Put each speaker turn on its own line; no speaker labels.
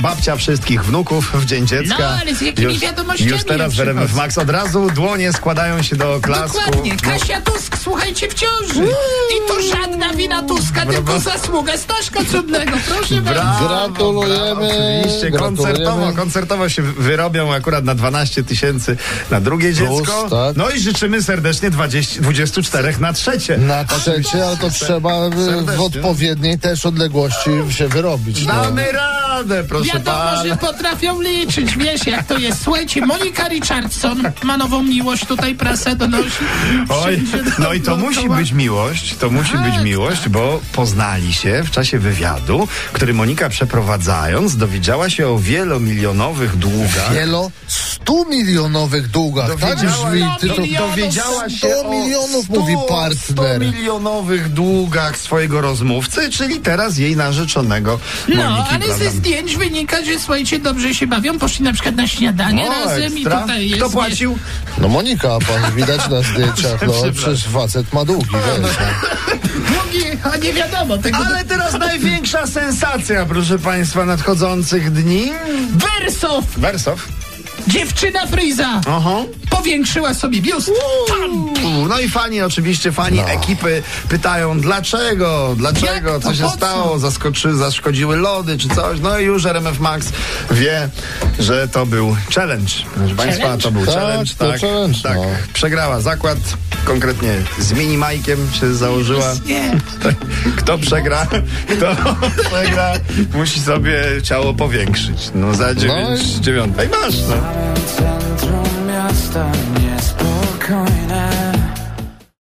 babcia wszystkich wnuków w Dzień Dziecka.
No, ale z jakimi
już,
wiadomościami
Już teraz w RMF
przychodzą?
Max od razu dłonie składają się do klasku.
Dokładnie.
No, Mm.
Kasia Tusk, słuchajcie, w ciąży. I to żadna wina Tuska, tylko zasługa Staśka Cudnego. Proszę bardzo.
brawo,
Gratulujemy.
Oczywiście, koncertowo,
gratulujemy.
koncertowo się wyrobią akurat na 12 tysięcy na drugie dziecko.
tak.
No i życzymy serdecznie 20, 24 na trzecie.
Na trzecie, ale to trzeba w- w
Serdecznie.
odpowiedniej też odległości się wyrobić. No.
Damy radę, proszę pana.
Wiadomo, że potrafią liczyć, wiesz jak to jest. Słuchajcie, Monika Richardson ma nową miłość, tutaj prasa donosi.
Oj,
Wszędzie
no i to
dookoła.
musi być miłość, to musi być miłość, bo poznali się w czasie wywiadu, który Monika przeprowadzając dowiedziała się o wielomilionowych długach.
Wielo stumilionowych długach. Tak brzmi
się-
tytuł.
milionów,
dowiedziała się
100
o
milionów, mówi partner.
100 milionowych długach swojego rozmówcy, czyli teraz jej narzeczonego
No,
Moniki
ale ze
Bradan.
zdjęć wynika, że słuchajcie, dobrze się bawią, poszli na przykład na śniadanie
O,
razem i
ekstra.
tutaj jest...
Kto płacił?
No Monika, pan widać na zdjęciach, no przecież facet ma długi. wiesz, no.
Długi, a nie wiadomo, tego...
Ale teraz największa sensacja, proszę państwa, nadchodzących dni.
Wersow,
Wersow.
dziewczyna Fryza,
Aha.
powiększyła sobie biust. Pam!
Uuu, No i fani, oczywiście fani
No.
ekipy pytają dlaczego, dlaczego,
Jak to?
co się
Po co?
stało, zaskoczy, zaszkodziły lody czy coś. No i już RMF Max wie, że to był challenge. Proszę Państwa, to był
Tak,
challenge.
to
Tak,
challenge,
tak.
no.
Przegrała zakład, konkretnie z mini Majkiem się założyła.
Nie.
Kto przegra, kto przegra, musi sobie ciało
no.
powiększyć. No za dziewięć, dziewiątej masz, no.
centrum miasta